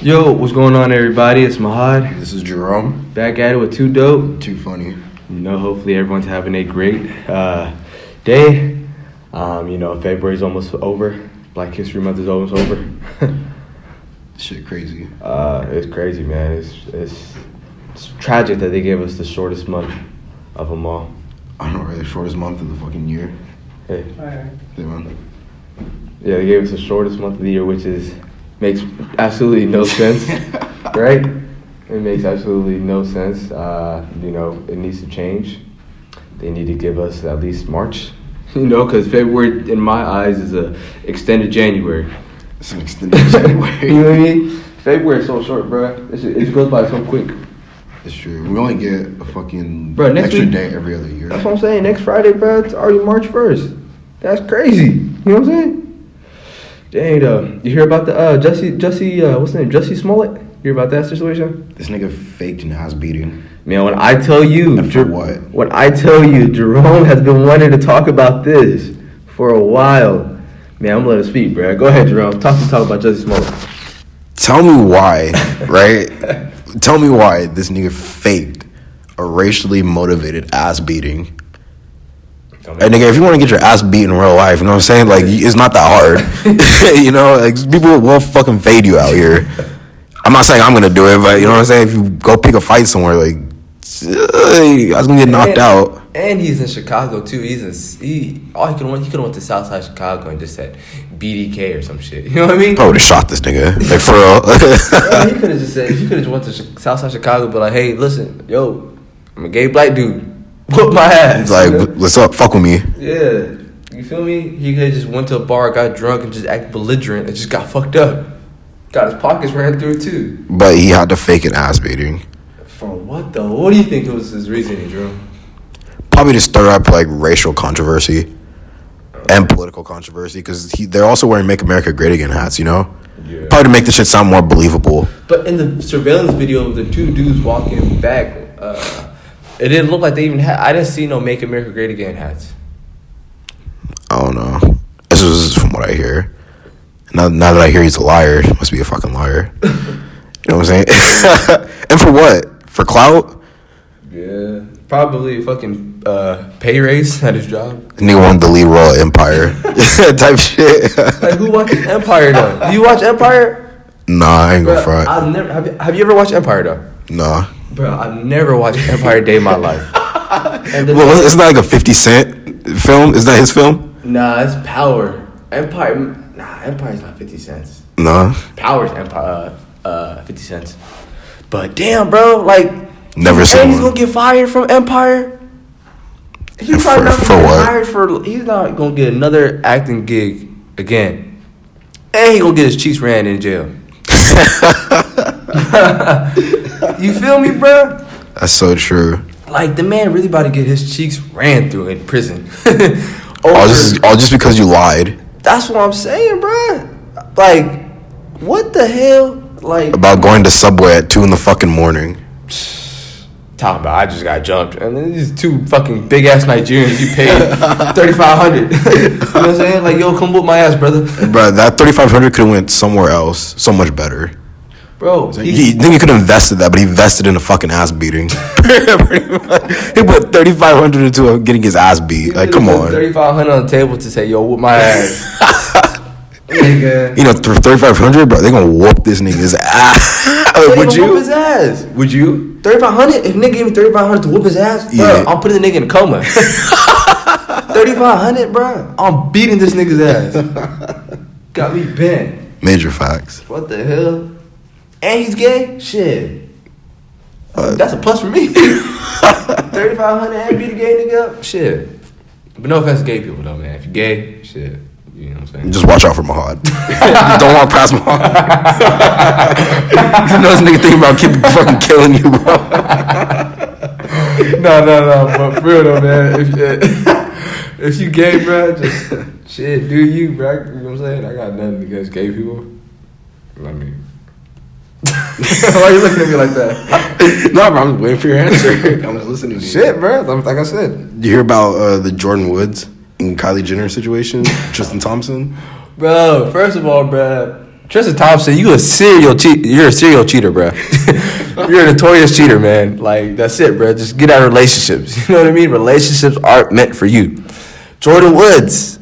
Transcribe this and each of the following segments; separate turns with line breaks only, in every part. Yo, what's going on, everybody? It's Mahad
This is Jerome.
back at it with Two Dope.
Too funny.
You know, hopefully everyone's having a great uh, day. Um, you know, February's almost over. Black History Month is almost over.
Shit crazy.
uh, it's crazy, man. It's, it's it's tragic that they gave us the shortest month of them all.
I don't know, the shortest month of the fucking year.
Hey,
They won.
yeah, they gave us the shortest month of the year, which is makes absolutely no sense. right? It makes absolutely no sense. Uh, you know, it needs to change. They need to give us at least March. You know, because February, in my eyes, is a extended January.
It's an extended
you know
January.
what I mean? February is so short, bro. It, it goes by so quick.
It's true. We only get a fucking
Bro, next
extra
week-
day every other year.
That's what I'm saying. Next Friday, bro, it's already March 1st. That's crazy. You know what I'm saying? Dang, though. You hear about the uh, Jesse, Jesse, uh, what's his name? Jesse Smollett? You hear about that situation?
This nigga faked an ass beating.
Man, when I tell you,
And for what?
When I tell you, Jerome has been wanting to talk about this for a while. Man, I'm gonna let him speak, bro. Go ahead, Jerome. Talk to talk about Jesse Smollett.
Tell me why, right? Tell me why this nigga faked a racially motivated ass beating. Hey, nigga, if you want to get your ass beat in real life, you know what I'm saying? Like, y- it's not that hard. you know, like people will fucking fade you out here. I'm not saying I'm gonna do it, but you know what I'm saying? If you go pick a fight somewhere, like, I was gonna get knocked out.
And he's in Chicago too. He's in he. All he could went. He could have went to Southside Chicago and just said BDK or some shit. You know what I mean?
Probably would have shot this nigga, like for real.
Bro, he could have just said. He could have went to Chi- Southside Chicago, but like, hey, listen, yo, I'm a gay black dude. Whoop my ass.
It's like, what's up? Fuck with me.
yeah. You feel me? He could have just went to a bar, got drunk, and just act belligerent, and just got fucked up. Got his pockets ran through too.
But he had to fake an ass beating,
For what though? What do you think was his reasoning, Drew?
probably to stir up like racial controversy and political controversy because they're also wearing "Make America Great Again" hats. You know,
Yeah.
probably to make this shit sound more believable.
But in the surveillance video, the two dudes walking back, uh, it didn't look like they even had. I didn't see no "Make America Great Again" hats.
I don't know. This is from what I hear. Now, now that I hear he's a liar, he must be a fucking liar. you know what I'm saying? and for what? For clout?
Yeah, probably a fucking uh, pay raise at his job.
Nigga wanted to lead royal empire type shit.
Like who watches Empire though? Do you watch Empire?
nah, I ain't gonna front.
I've never. Have you, have you ever watched Empire though?
Nah.
Bro, I've never watched Empire Day in my life. And the-
Well, it's not like a Fifty Cent film. Is that his film?
nah, it's Power. Empire. Nah, Empire's not fifty cents.
Nah.
Powers Empire, uh, uh, 50 Cents. But damn, bro, like,
Never
you
seen
think he's
one.
gonna get fired from Empire. He's
And
probably
for-
not
for
gonna get
what?
fired for. He's not gonna get another acting gig again, and he gonna get his cheeks ran in jail. you feel me, bro?
That's so true.
Like the man really about to get his cheeks ran through in prison.
All
Over-
just, all just because you lied
that's what I'm saying, bro. Like, what the hell? Like,
about going to Subway at two in the fucking morning.
Talking about I just got jumped, and then these two fucking big ass Nigerians you paid thirty five hundred. you know what I'm saying? Like yo, come whoop my ass, brother.
Bro, that 3500 could have went somewhere else, so much better.
Bro,
He,
he,
then you could have invested that, but he invested in a fucking ass beating. Pretty much. he put thirty five hundred into him getting his ass beat. Like, come on,
thirty five hundred on the table to say yo, whoop my ass. Nigga,
you know, for thirty five hundred, bro, they gonna whoop this nigga's ass. Like, would
Nigga, Whoop his
you?
ass.
Would you?
Thirty five hundred. If nigga gave me thirty five hundred to whoop his ass,
Yeah.
bro, I'm putting the nigga in a coma. thirty five hundred, bro. I'm beating this nigga's ass. got me bent.
Major facts.
What the hell? And he's gay? Shit.
Uh,
That's a plus for me. 3500 and be the gay nigga up? Shit. But no offense to gay people though, man. If you're gay, shit. You know what I'm saying?
Just watch out for Mahad. Don't walk past Mahad. you know this nigga thinking about keep fucking killing you, bro.
no, no, no. But for real though, man. If you, if you gay, bro, just shit, do you, bro. You know what I'm saying? I got nothing against gay people. I mean. Why are you looking at me like that?
no, bro, I'm waiting for your answer. I'm just listening to you.
Shit, bro. Like I said,
You hear about uh, the Jordan Woods and Kylie Jenner situation? Tristan Thompson.
Bro, first of all, bro, Tristan Thompson, you a serial cheat. You're a serial cheater, bro. you're a notorious cheater, man. Like that's it, bro. Just get out of relationships. You know what I mean? Relationships aren't meant for you. Jordan Woods,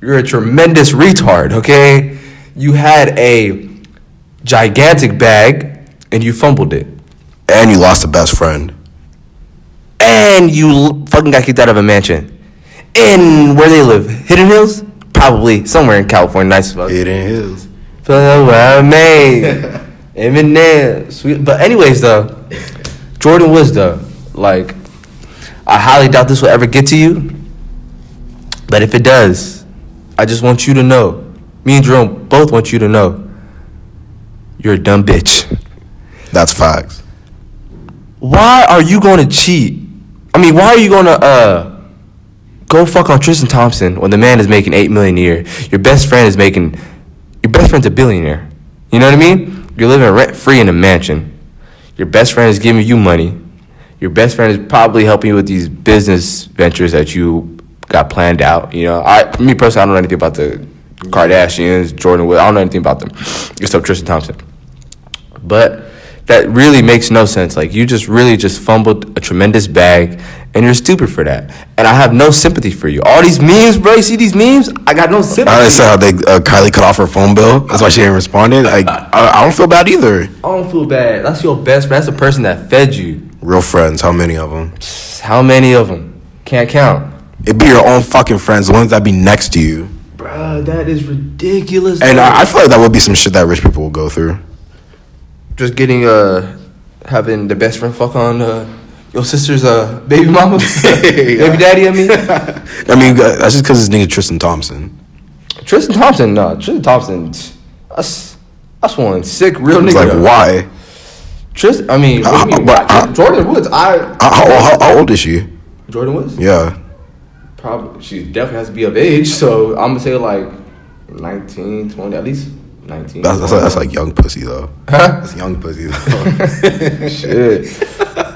you're a tremendous retard. Okay, you had a gigantic bag and you fumbled it,
And you lost a best friend.
and you l- fucking got kicked out of a mansion. In where they live, Hidden Hills, probably somewhere in California. Nice fuck.
It ain't his.
Feel what I made. Eminem. Sweet. But anyways, though, Jordan Woods, though, like, I highly doubt this will ever get to you. But if it does, I just want you to know. Me and Jerome both want you to know. You're a dumb bitch.
That's facts.
Why are you going to cheat? I mean, why are you going to uh go fuck on Tristan Thompson when the man is making eight million a year? Your best friend is making your best friend's a billionaire. You know what I mean? You're living rent free in a mansion. Your best friend is giving you money. Your best friend is probably helping you with these business ventures that you got planned out. You know, I me personally, I don't know anything about the Kardashians, Jordan. Wood. I don't know anything about them except Tristan Thompson. But that really makes no sense. Like you just really just fumbled a tremendous bag, and you're stupid for that. And I have no sympathy for you. All these memes, bro. You see these memes? I got no
I
sympathy.
didn't say how they uh, Kylie cut off her phone bill. That's why she didn't respond. Like I, I don't feel bad either.
I don't feel bad. That's your best friend. That's the person that fed you.
Real friends, how many of them?
How many of them? Can't count.
It be your own fucking friends, the ones that be next to you.
Bro, that is ridiculous.
And
bro.
I, I feel like that would be some shit that rich people will go through.
just getting uh having the best friend fuck on uh your sister's uh baby mama, baby daddy. I mean,
I mean, uh, that's just because this nigga Tristan Thompson.
Tristan Thompson. No, Tristan Thompson. That's that's one sick real
It's
nigga.
like,
though.
why?
Tristan. I mean, what do you mean,
Uh,
why?
uh,
Jordan Woods. I
How, how, how- how old is she?
Jordan Woods.
Yeah.
Probably she definitely has to be of age. So I'm gonna say like 19, 20, at least 19.
That's, that's, like, that's like young pussy, though.
Huh?
That's young pussy, though.
Shit.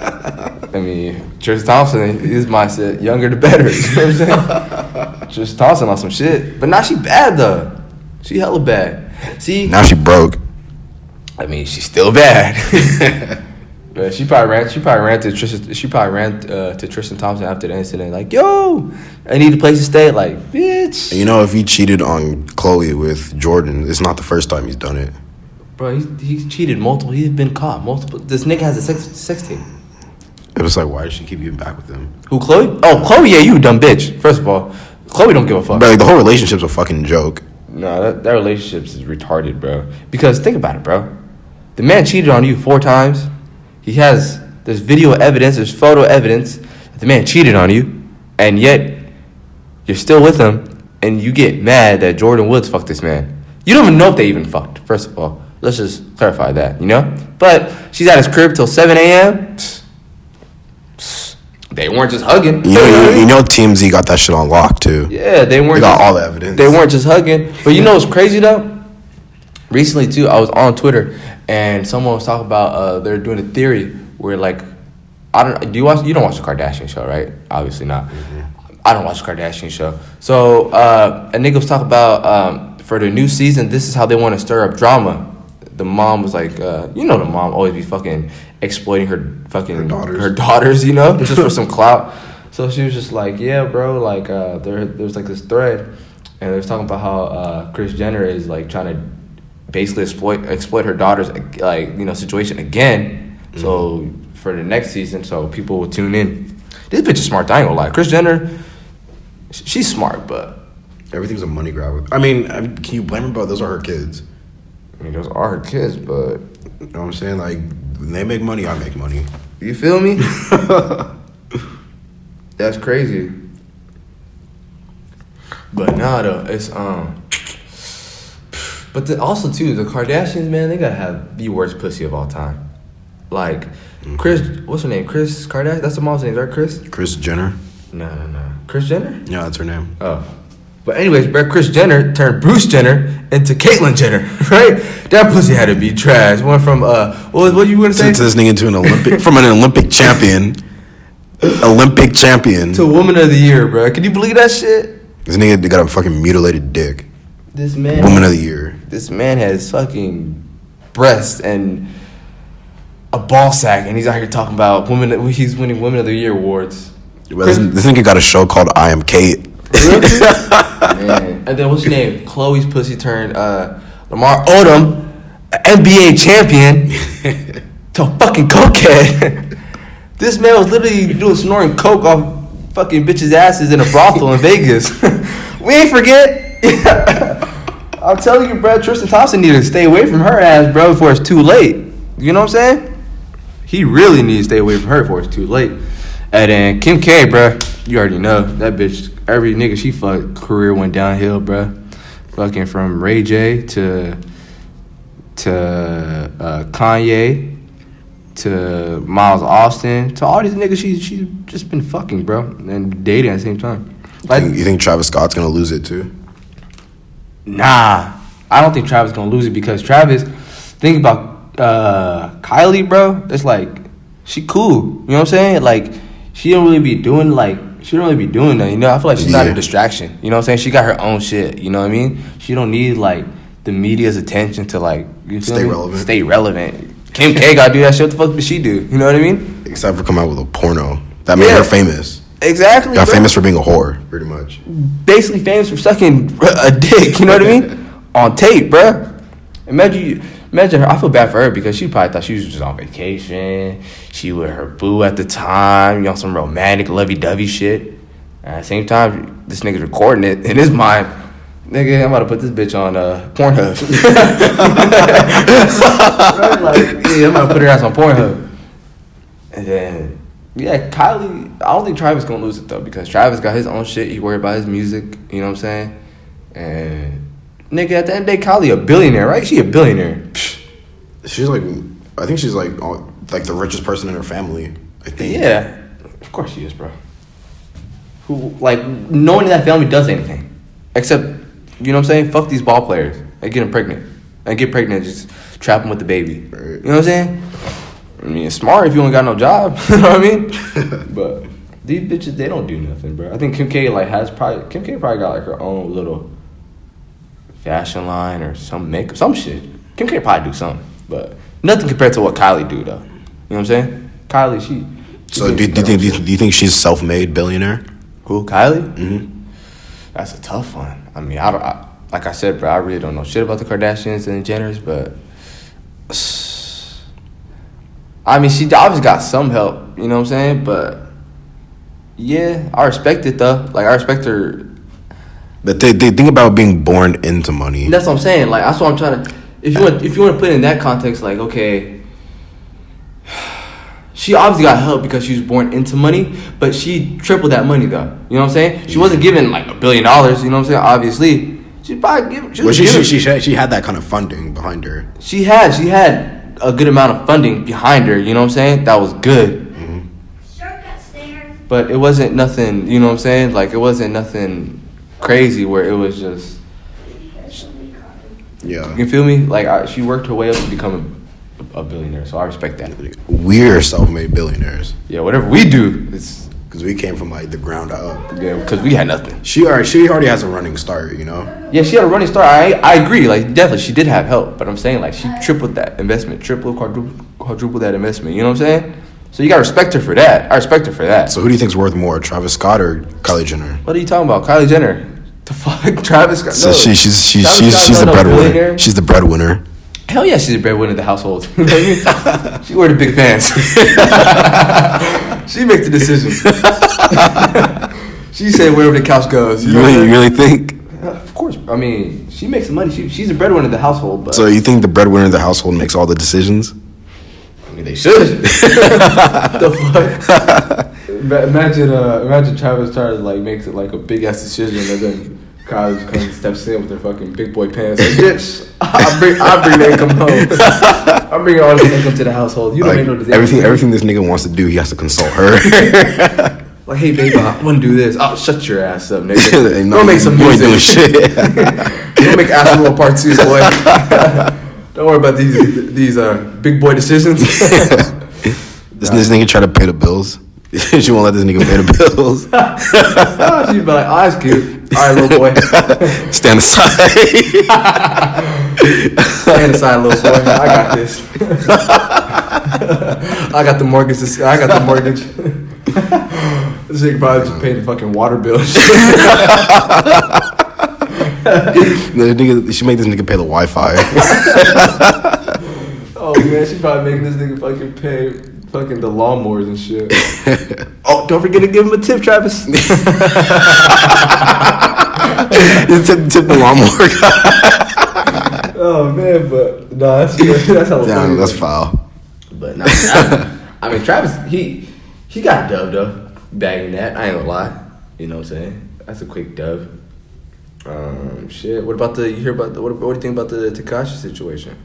I mean, Tristan Thompson, his mindset, younger the better. You know what I'm saying? Tristan Thompson on some shit. But now she bad, though. She hella bad. See?
now she broke.
I mean, she's still bad. but she probably ran. She probably ran to Tristan. She probably ran uh, to Tristan Thompson after the incident. Like, yo, I need a place to stay. Like, bitch,
You know, if he cheated on Chloe with Jordan, it's not the first time he's done it.
bro, he's, he's cheated multiple. He's been caught multiple. This nigga has a sex sex tape.
It was like, why does she keep getting back with him?
Who, Chloe? Oh, Chloe, yeah, you a dumb bitch. First of all, Chloe don't give a fuck.
But like, the whole relationship's a fucking joke.
No, that, that relationship is retarded, bro. Because think about it, bro. The man cheated on you four times. He has there's video evidence, there's photo evidence that the man cheated on you, and yet you're still with him, and you get mad that Jordan Woods fucked this man. You don't even know if they even fucked. First of all, let's just clarify that, you know. But she's at his crib till 7 a.m. They weren't just hugging.
You know, you, you know, TMZ got that shit on lock, too.
Yeah, they weren't.
They got
just-
all the evidence.
They weren't just hugging. But you know what's crazy though? Recently too, I was on Twitter and someone was talking about uh, they're doing a theory where like I don't do you watch you don't watch the Kardashian show right? Obviously not.
Mm-hmm.
I don't watch the Kardashian show. So uh, a nigga was talking about um, for the new season. This is how they want to stir up drama.
Mm-hmm.
The mom was like, uh, you know, the mom always be fucking exploiting her fucking her
daughters.
her daughters, you know, just for some clout. So she was just like, "Yeah, bro, like uh, there, there was like this thread, and they was talking about how uh, Chris Jenner is like trying to basically exploit exploit her daughter's like you know situation again. So for the next season, so people will tune in. This bitch is smart. I ain't gonna lie, Chris Jenner, sh- she's smart, but
Everything's a money grab. I mean, I mean, can you blame her, bro? Those are her kids.
I mean those are her kids, but
You know what I'm saying? Like, when they make money, I make money.
you feel me? That's crazy. But nah, though it's um. But the, also too, the Kardashians, man, they gotta have the worst pussy of all time. Like,
Mm-hmm.
Chris, what's her name? Chris Kardashian. That's the mom's name, right? Chris.
Chris Jenner?
No, no, no. Chris Jenner.
Yeah, that's her name.
Oh. But anyways, bro, Chris Jenner turned Bruce Jenner into Caitlyn Jenner, right? That pussy had to be trash. Went from uh, what was- what you gonna say?
Since this nigga to an Olympic, from an Olympic champion. Olympic champion.
to Woman of the Year, bro. Can you believe that shit?
This nigga got a fucking mutilated dick.
This man.
Woman of the year.
this man has fucking breasts and a ball sack, and he's out here talking about women. He's winning Women of the Year awards.
Well, this, this nigga got a show called I Am Kate.
Man.
And then what's your name? Chloe's pussy turned uh, Lamar Odom, a NBA champion, to a fucking cokehead. this man was literally doing snoring coke off fucking bitches' asses in a brothel in Vegas. we ain't forget. I'm telling you, bro, Tristan Thompson needs to stay away from her ass, bro, before it's too late. You know what I'm saying? He really needs to stay away from her before it's too late. And then Kim K, bro, you already know that bitch. Every nigga she fucked career went downhill, bro. Fucking from Ray J to to uh, Kanye to Miles Austin to all these niggas she she just been fucking, bro, and dating at the same time. Like,
you think Travis Scott's gonna lose it too?
Nah, I don't think Travis gonna lose it because Travis, think about uh, Kylie, bro. It's like she cool. You know what I'm saying? Like she don't really be doing like she don't really be doing that. You know, I feel like she's not
Yeah.
a distraction. You know what I'm saying? She got her own shit. You know what I mean? She don't need like the media's attention to like you feel
Stay
me?
relevant.
Stay relevant. Kim K gotta do that shit. What the fuck does she do? You know what I mean?
Except for come out with a porno that made
Yeah.
her famous.
Exactly.
Got
bro.
famous for being a whore, pretty much.
basically famous for sucking a dick. You know what I mean? on tape, bruh. Imagine, imagine her. I feel bad for her because she probably thought she was just on vacation. She with her boo at the time. You know, some romantic lovey-dovey shit. And at the same time, this nigga's recording it in his mind. Nigga, I'm about to put this bitch on uh, Pornhub. Bruh, like, yeah, I'm about to put her ass on Pornhub. And then, yeah, Kylie. I don't think Travis gonna lose it though because Travis got his own shit. He worried about his music. You know what I'm saying? And nigga, at the end of the day, Kylie a billionaire, right? She a billionaire. Psh,
She's like, I think she's like, all- like the richest person in her family. I think.
yeah, of course she is, bro. Who like no one in that family does anything except you know what I'm saying? Fuck these ball players and get them pregnant and get pregnant, just trap them with the baby.
Right.
You know what I'm saying? I mean, it's smart if you ain't got no job. you know what I mean? but these bitches, they don't do nothing, bro. I think Kim K like has probably Kim K probably got like her own little fashion line or some makeup, some shit. Kim K probably do something, but nothing compared to what Kylie do though. You know what I'm saying? Kylie, she. she
So
did
do, do you think do you, do you think she's self-made billionaire?
who Kylie?
Mm-hmm.
That's a tough one. I mean, I, don't- I like I said, bro, I really don't know shit about the Kardashians and the Jenners, but I mean, she obviously got some help, you know what I'm saying? But yeah, I respect it though. Like I respect her.
But they, they think about being born into money.
That's what I'm saying. Like that's what I'm trying to. If you want, if you want to put it in that context, like okay, she obviously got help because she was born into money, but she tripled that money though. You know what I'm saying? She wasn't given like a billion dollars. You know what I'm saying? Obviously, she probably give. She,
Well,
was
she,
given-
she, she, had- she had that kind of funding behind her.
she had she had a good amount of funding behind her. You know what I'm saying? That was good,
Shortcut stairs.
but it wasn't nothing. You know what I'm saying? Like it wasn't nothing crazy where it was just.
Yeah.
You feel me? Like I, she worked her way up to become a, a billionaire, so I respect that.
We're self-made billionaires
Yeah, whatever we do, it's
because we came from like the ground up.
yeah, because we had nothing.
She already she already has a running start, you know.
Yeah, she had a running start. I I agree. Like definitely, she did have help, but I'm saying like she tripled that investment, triple quadruple quadruple that investment. You know what I'm saying? So you gotta respect her for that. I respect her for that.
So who do you think's worth more, Travis Scott or Kylie Jenner?
What are you talking about, Kylie Jenner? The fuck, Travis Scott?
So
no.
she, she's she's
Travis
she's,
Scott's
she's the
not no
breadwinner.
billionaire.
She's the breadwinner.
Hell yeah, she's the breadwinner of the household. You know what I mean? she wear the big pants. she make the decision. she say wherever the couch goes. You
You
know what
really,
I'm
you really think?
saying? Uh, Of course. I mean, she makes the money. She, she's the breadwinner of the household, but
So you think the breadwinner of the household makes all the decisions?
I mean, they should. the fuck?
Ma- Imagine, uh, imagine Travis Charles like makes it like a big ass decision, and then Kyle just comes and steps in with their fucking big boy pants. Like, bitch, I bring, I bring the income home. I bring all the income to the household. You don't
Like,
make no decision.
everything, everything this nigga wants to do, he has to consult her.
Like, hey, baby, I want to do this. I'll shut your ass up, nigga.
Ain't
Go
nothing-
make some
you ain't
music.
doing shit.
Go make Astro Part Two, boy. don't worry about these these uh, big boy decisions.
This, this nigga try to pay the bills. she won't let this nigga pay the bills.
Ah, She'd be like, oh, that's cute. All right, little boy.
Stand aside.
Stand aside, little boy. I got this. I got the mortgage. to- I got the mortgage. this nigga probably just paid the fucking water bill.
The nigga, she made this nigga pay the Wi-Fi.
oh man, she probably making this nigga fucking pay fucking the lawnmowers and shit.
oh, don't forget to give him a tip, Travis. Just tip, tip the lawnmower.
Oh man, but nah, that's that's how.
Damn,
funny
that's
it is.
foul.
But nah, I, I mean Travis, he he got dubbed up bagging that. I ain't gonna lie. You know what I'm saying? That's a quick dub. Um, shit. What about the? You hear about the? What, what do you think about the Takashi situation?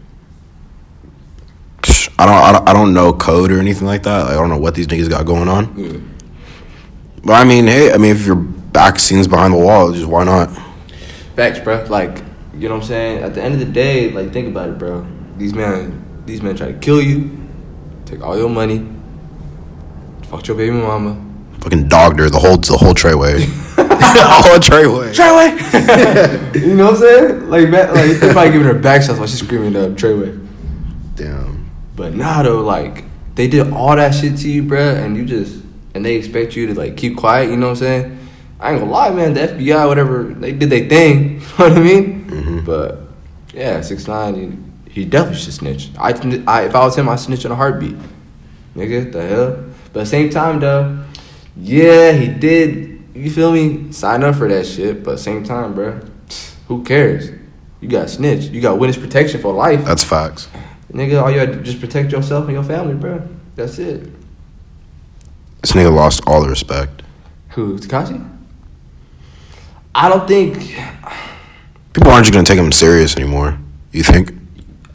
Psh, I don't, I don't, I don't know code or anything like that. I don't know what these niggas got going on. But I mean, hey, I mean, if your back scene's behind the wall, just why not?
Facts, bro. Like, you know what I'm saying? At the end of the day, like, think about it, bro. These men, these men try to kill you, take all your money, fuck your baby mama.
Fucking dogged her the whole, the whole trayway. the whole trayway.
You know what I'm saying? Like, man, like they probably giving her back shots while she's screaming
uh,
up Treyway.
Damn.
But nah, though, like, they did all that shit to you, bro, and you just, and they expect you to, like, keep quiet, you know what I'm saying? I ain't gonna lie, man, the FBI, whatever, they did their thing, you know what I mean? But, yeah, 6 9 he, he definitely should snitch. I, I, if I was him, I'd snitch in a heartbeat. Nigga, the hell? But at the same time, though, yeah, he did, you feel me? Sign up for that shit, but same time, bro, who cares? You got snitch. You got witness protection for life.
That's facts.
Nigga, all you had to just protect yourself and your family, bro. That's it.
This nigga lost all the respect.
Who, Takashi? I don't think.
People aren't just gonna take him serious anymore. You think?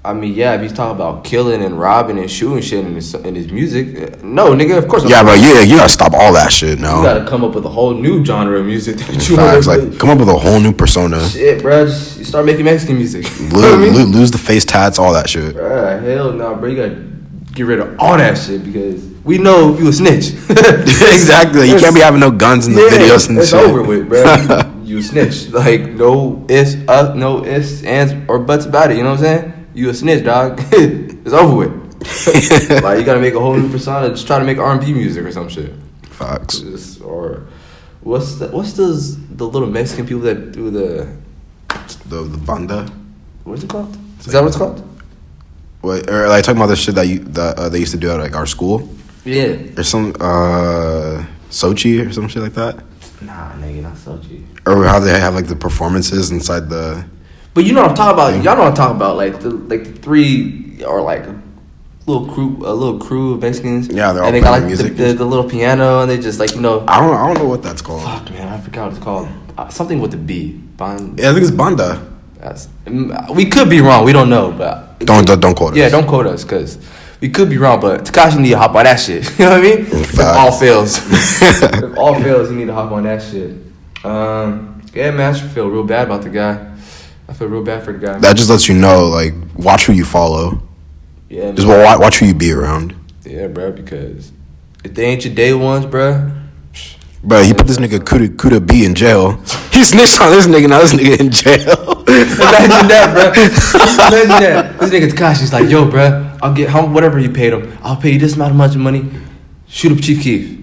I mean, yeah, if he's talking about killing and robbing and shooting shit in his, in his music, uh, no, nigga, of course.
Yeah, but yeah, you gotta stop all that shit
You
now.
gotta come up with a whole new genre of music that you want
Facts,
to
like come up with a whole new persona.
Shit, bro, just you start making Mexican music. You know what I
Lo-
mean?
lo- lose the face tats, all that shit.
Bruh, hell no, bro. You gotta get rid of all that shit because we know you a snitch.
exactly. You can't be having no guns in the videos and
it's
shit.
over with, bro. you snitch. Like no ifs, uh, no ifs, ands, or buts about it. You know what I'm saying? You a snitch, dog. it's over with. like you gotta make a whole new persona. Just try to make R&B music or some shit.
Facts.
Just- or what's the, what's those the little Mexican people that do the
The the banda.
what's it called? Is that what it's called?
What, or like talking about this shit that you that uh, they used to do at like our school
Yeah.
or some uh Sochi or some shit like that.
Nah, nigga, not so cheap.
Or how they have like the performances inside the
But you know what I'm talking about. Y'all know what I'm talking about. Like the like the three or like little crew, a little crew of Mexicans.
Yeah, they're all
and they
playing
like the,
music.
the, the little piano, and they just like you know.
I don't I don't know what that's called.
Fuck man, I forgot what it's called. Uh, something with the B. Bon.
Yeah, I think it's banda.
that's- mm, We could be wrong. We don't know, but
Don't don't, don't quote it.
yeah, don't quote us because we could be wrong. But Takashi need to hop on that shit. You know what I mean? If
Facts.
all fails, if all fails, you need to hop on that shit. Um, yeah, man, I should feel real bad about the guy. I feel real bad for the guy.
That just lets you know, like, watch who you follow.
yeah, man.
Just wa- watch who you be around.
Yeah, bro, because if they ain't your day ones, bro,
Bro, he put this nigga Kuda, Kuda B in jail. He snitched on this nigga, now this nigga in jail.
imagine that, bro. Imagine that. This nigga Takashi's like, yo, bro, I'll get how whatever you paid him. I'll pay you this amount of much money. Shoot up Chief Keef.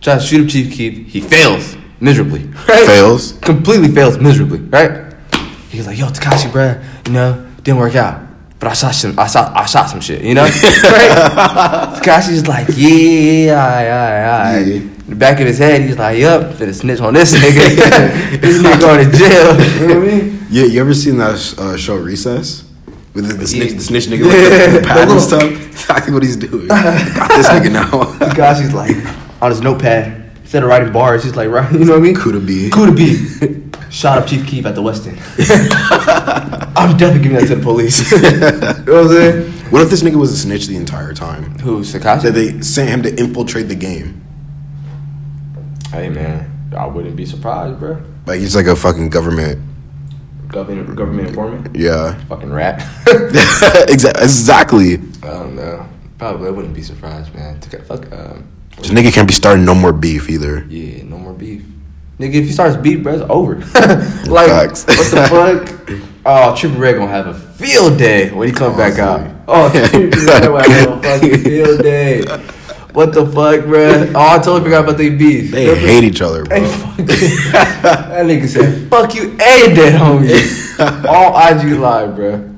Try to shoot up Chief Keef. He fails miserably. Right?
Fails.
Completely fails miserably, right? He's like, yo, Takashi, bro, you know, didn't work out. But I shot some, I shot, I shot some shit, you know. right? Takashi's like, yeah, yeah, yeah.
Yeah.
In the back of his head, he's like, yup, finna snitch on this nigga. this nigga going to jail. You know what I mean?
Yeah, you ever seen that sh- uh, show Recess? With the, the, snitch,
Yeah.
the snitch nigga with the, the pad
Yeah.
and stuff? Exactly what he's doing. Got this nigga now.
Gosh, he's like on his notepad instead of writing bars, he's like writing. You know what I mean?
Kuda B.
Kuda B. Shot up Chief Keef at the West End. I'm definitely giving that to the police. you know what I'm saying?
What if this nigga was a snitch the entire time?
Who
That
Sakashi?
they sent him to infiltrate the game.
Hey man, I wouldn't be surprised, bro.
Like, he's like a fucking government.
Government, government informant,
Yeah.
fucking rat.
Exa- exactly.
I don't know. Probably I wouldn't be surprised, man. To get- Fuck. Um,
This nigga can't be starting no more beef either.
Yeah, no more beef. Nigga, if you starts beef, bro, it's over. like,
Facts.
what the fuck? Oh, Triple Red gonna have a field day when he come back out. Oh,
Honestly.
Triple Red gonna have a fucking field day. What the fuck, bruh? Oh, I totally forgot about they beef.
They
Remember?
hate each other,
Hey,
bro.
fuck you. that nigga said, "Fuck you, a dead homie." All IG live, bro.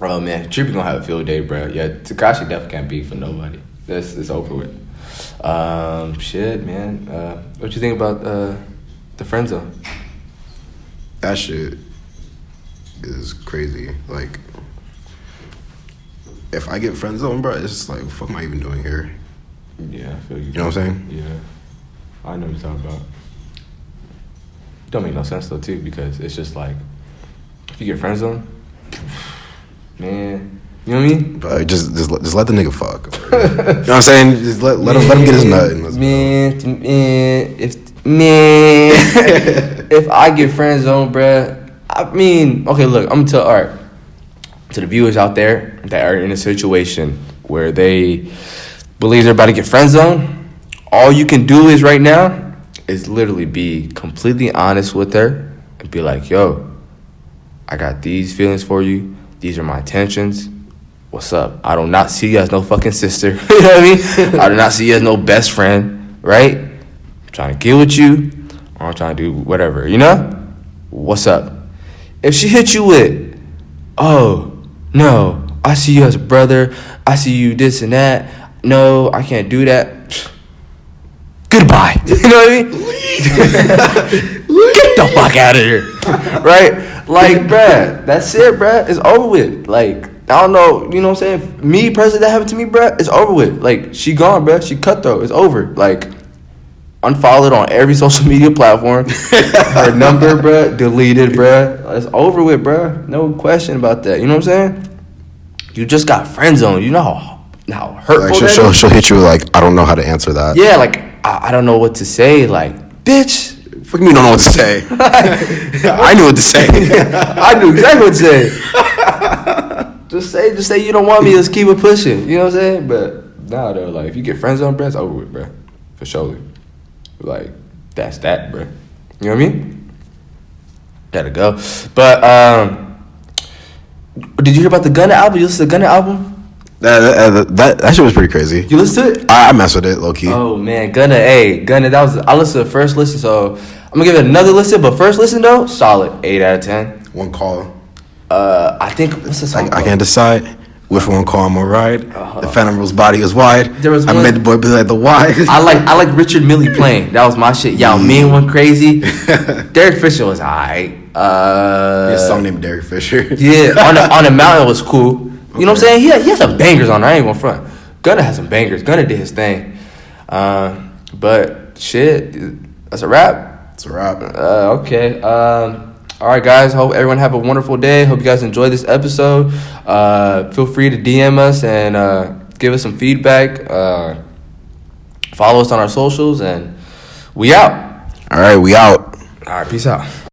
Oh man, Trippy gonna have a field day, bro. Yeah, Takashi definitely can't be for nobody. This is over with. Um, shit, man. Uh, what you think about uh, the friend zone?
That shit is crazy. Like, if I get friend zone, bro, it's just like, what am I even doing here?
Yeah, I feel
You know what I'm saying?
Yeah, I know what you're talking about. Don't make no sense though, too, because it's just like if you get friend zone, man. You know what I mean?
But just, just, let- just let the nigga fuck. you know what I'm saying? Just let, let him, let him get his nut. And let's go.
Man, t- man, if man, if I get friend zone, bruh, I mean, okay, look, I'm gonna tell all right to the viewers out there that are in a situation where they believe they're about to get friend zone. All you can do is right now is literally be completely honest with her and be like, "Yo, I got these feelings for you. These are my intentions. What's up? I do not see you as no fucking sister. you know what I mean? I do not see you as no best friend, right? I'm trying to get with you, or I'm trying to do whatever, you know? What's up? If she hit you with, oh, no, I see you as a brother, I see you this and that, no, I can't do that. Goodbye. You know what I mean? Get the fuck out of here. Right? Like, bruh, that's it, bruh. It's over with. Like, I don't know, you know what I'm saying? Me personally, that happened to me, bruh, it's over with. Like, she gone, bruh. She cutthroat. It's over. Like, unfollowed on every social media platform. Her number, bruh, deleted, bruh. It's over with, bruh. No question about that. You know what I'm saying? You just got friend zone. You know how, how hurtful
Like, she'll,
that
she'll,
is?
she'll hit you like, I don't know how to answer that.
Yeah, like I, I don't know what to say. Like, bitch,
Fuck me, don't know what to say. I knew what to say.
I knew exactly what to say. just say, just say you don't want me. Let's keep it pushing. You know what I'm saying? But nah, though, like if you get friends on, bruh, it's over with, bruh. for sure. Like that's that, bruh. You know what I mean? Gotta go. But um, did you hear about the Gunna album? You listen to the Gunna album?
that, that, that, that shit was pretty crazy.
You listen to it?
I, I mess with it, low key.
Oh man, Gunna, hey, Gunna, that was I listened to the first listen, so I'm gonna give it another listen, but first listen though, solid, eight out of ten.
One call.
Uh, I think what's the song?
I, I
called?
can't decide which one call I'm alright. The Phantom Rule's body is wide.
Uh-huh. There was
I
one-
met the boy beside the Y.
I like I like Richard Millie playing. That was my shit. Y'all mean one crazy. Derek Fisher was alright. Uh,
a song named Derek Fisher.
yeah, on the on the mountain was cool. You know what I'm saying? He had, he had some bangers on. there, I ain't gonna front. Gunna had some bangers. Gunna did his thing. Uh, but shit, that's a wrap.
It's a wrap.
Uh, okay. Um, all right, guys. Hope everyone have a wonderful day. Hope you guys enjoy this episode. Uh, feel free to DM us and uh, give us some feedback. Uh, follow us on our socials, and we out.
Alright, we out.
All right, peace out.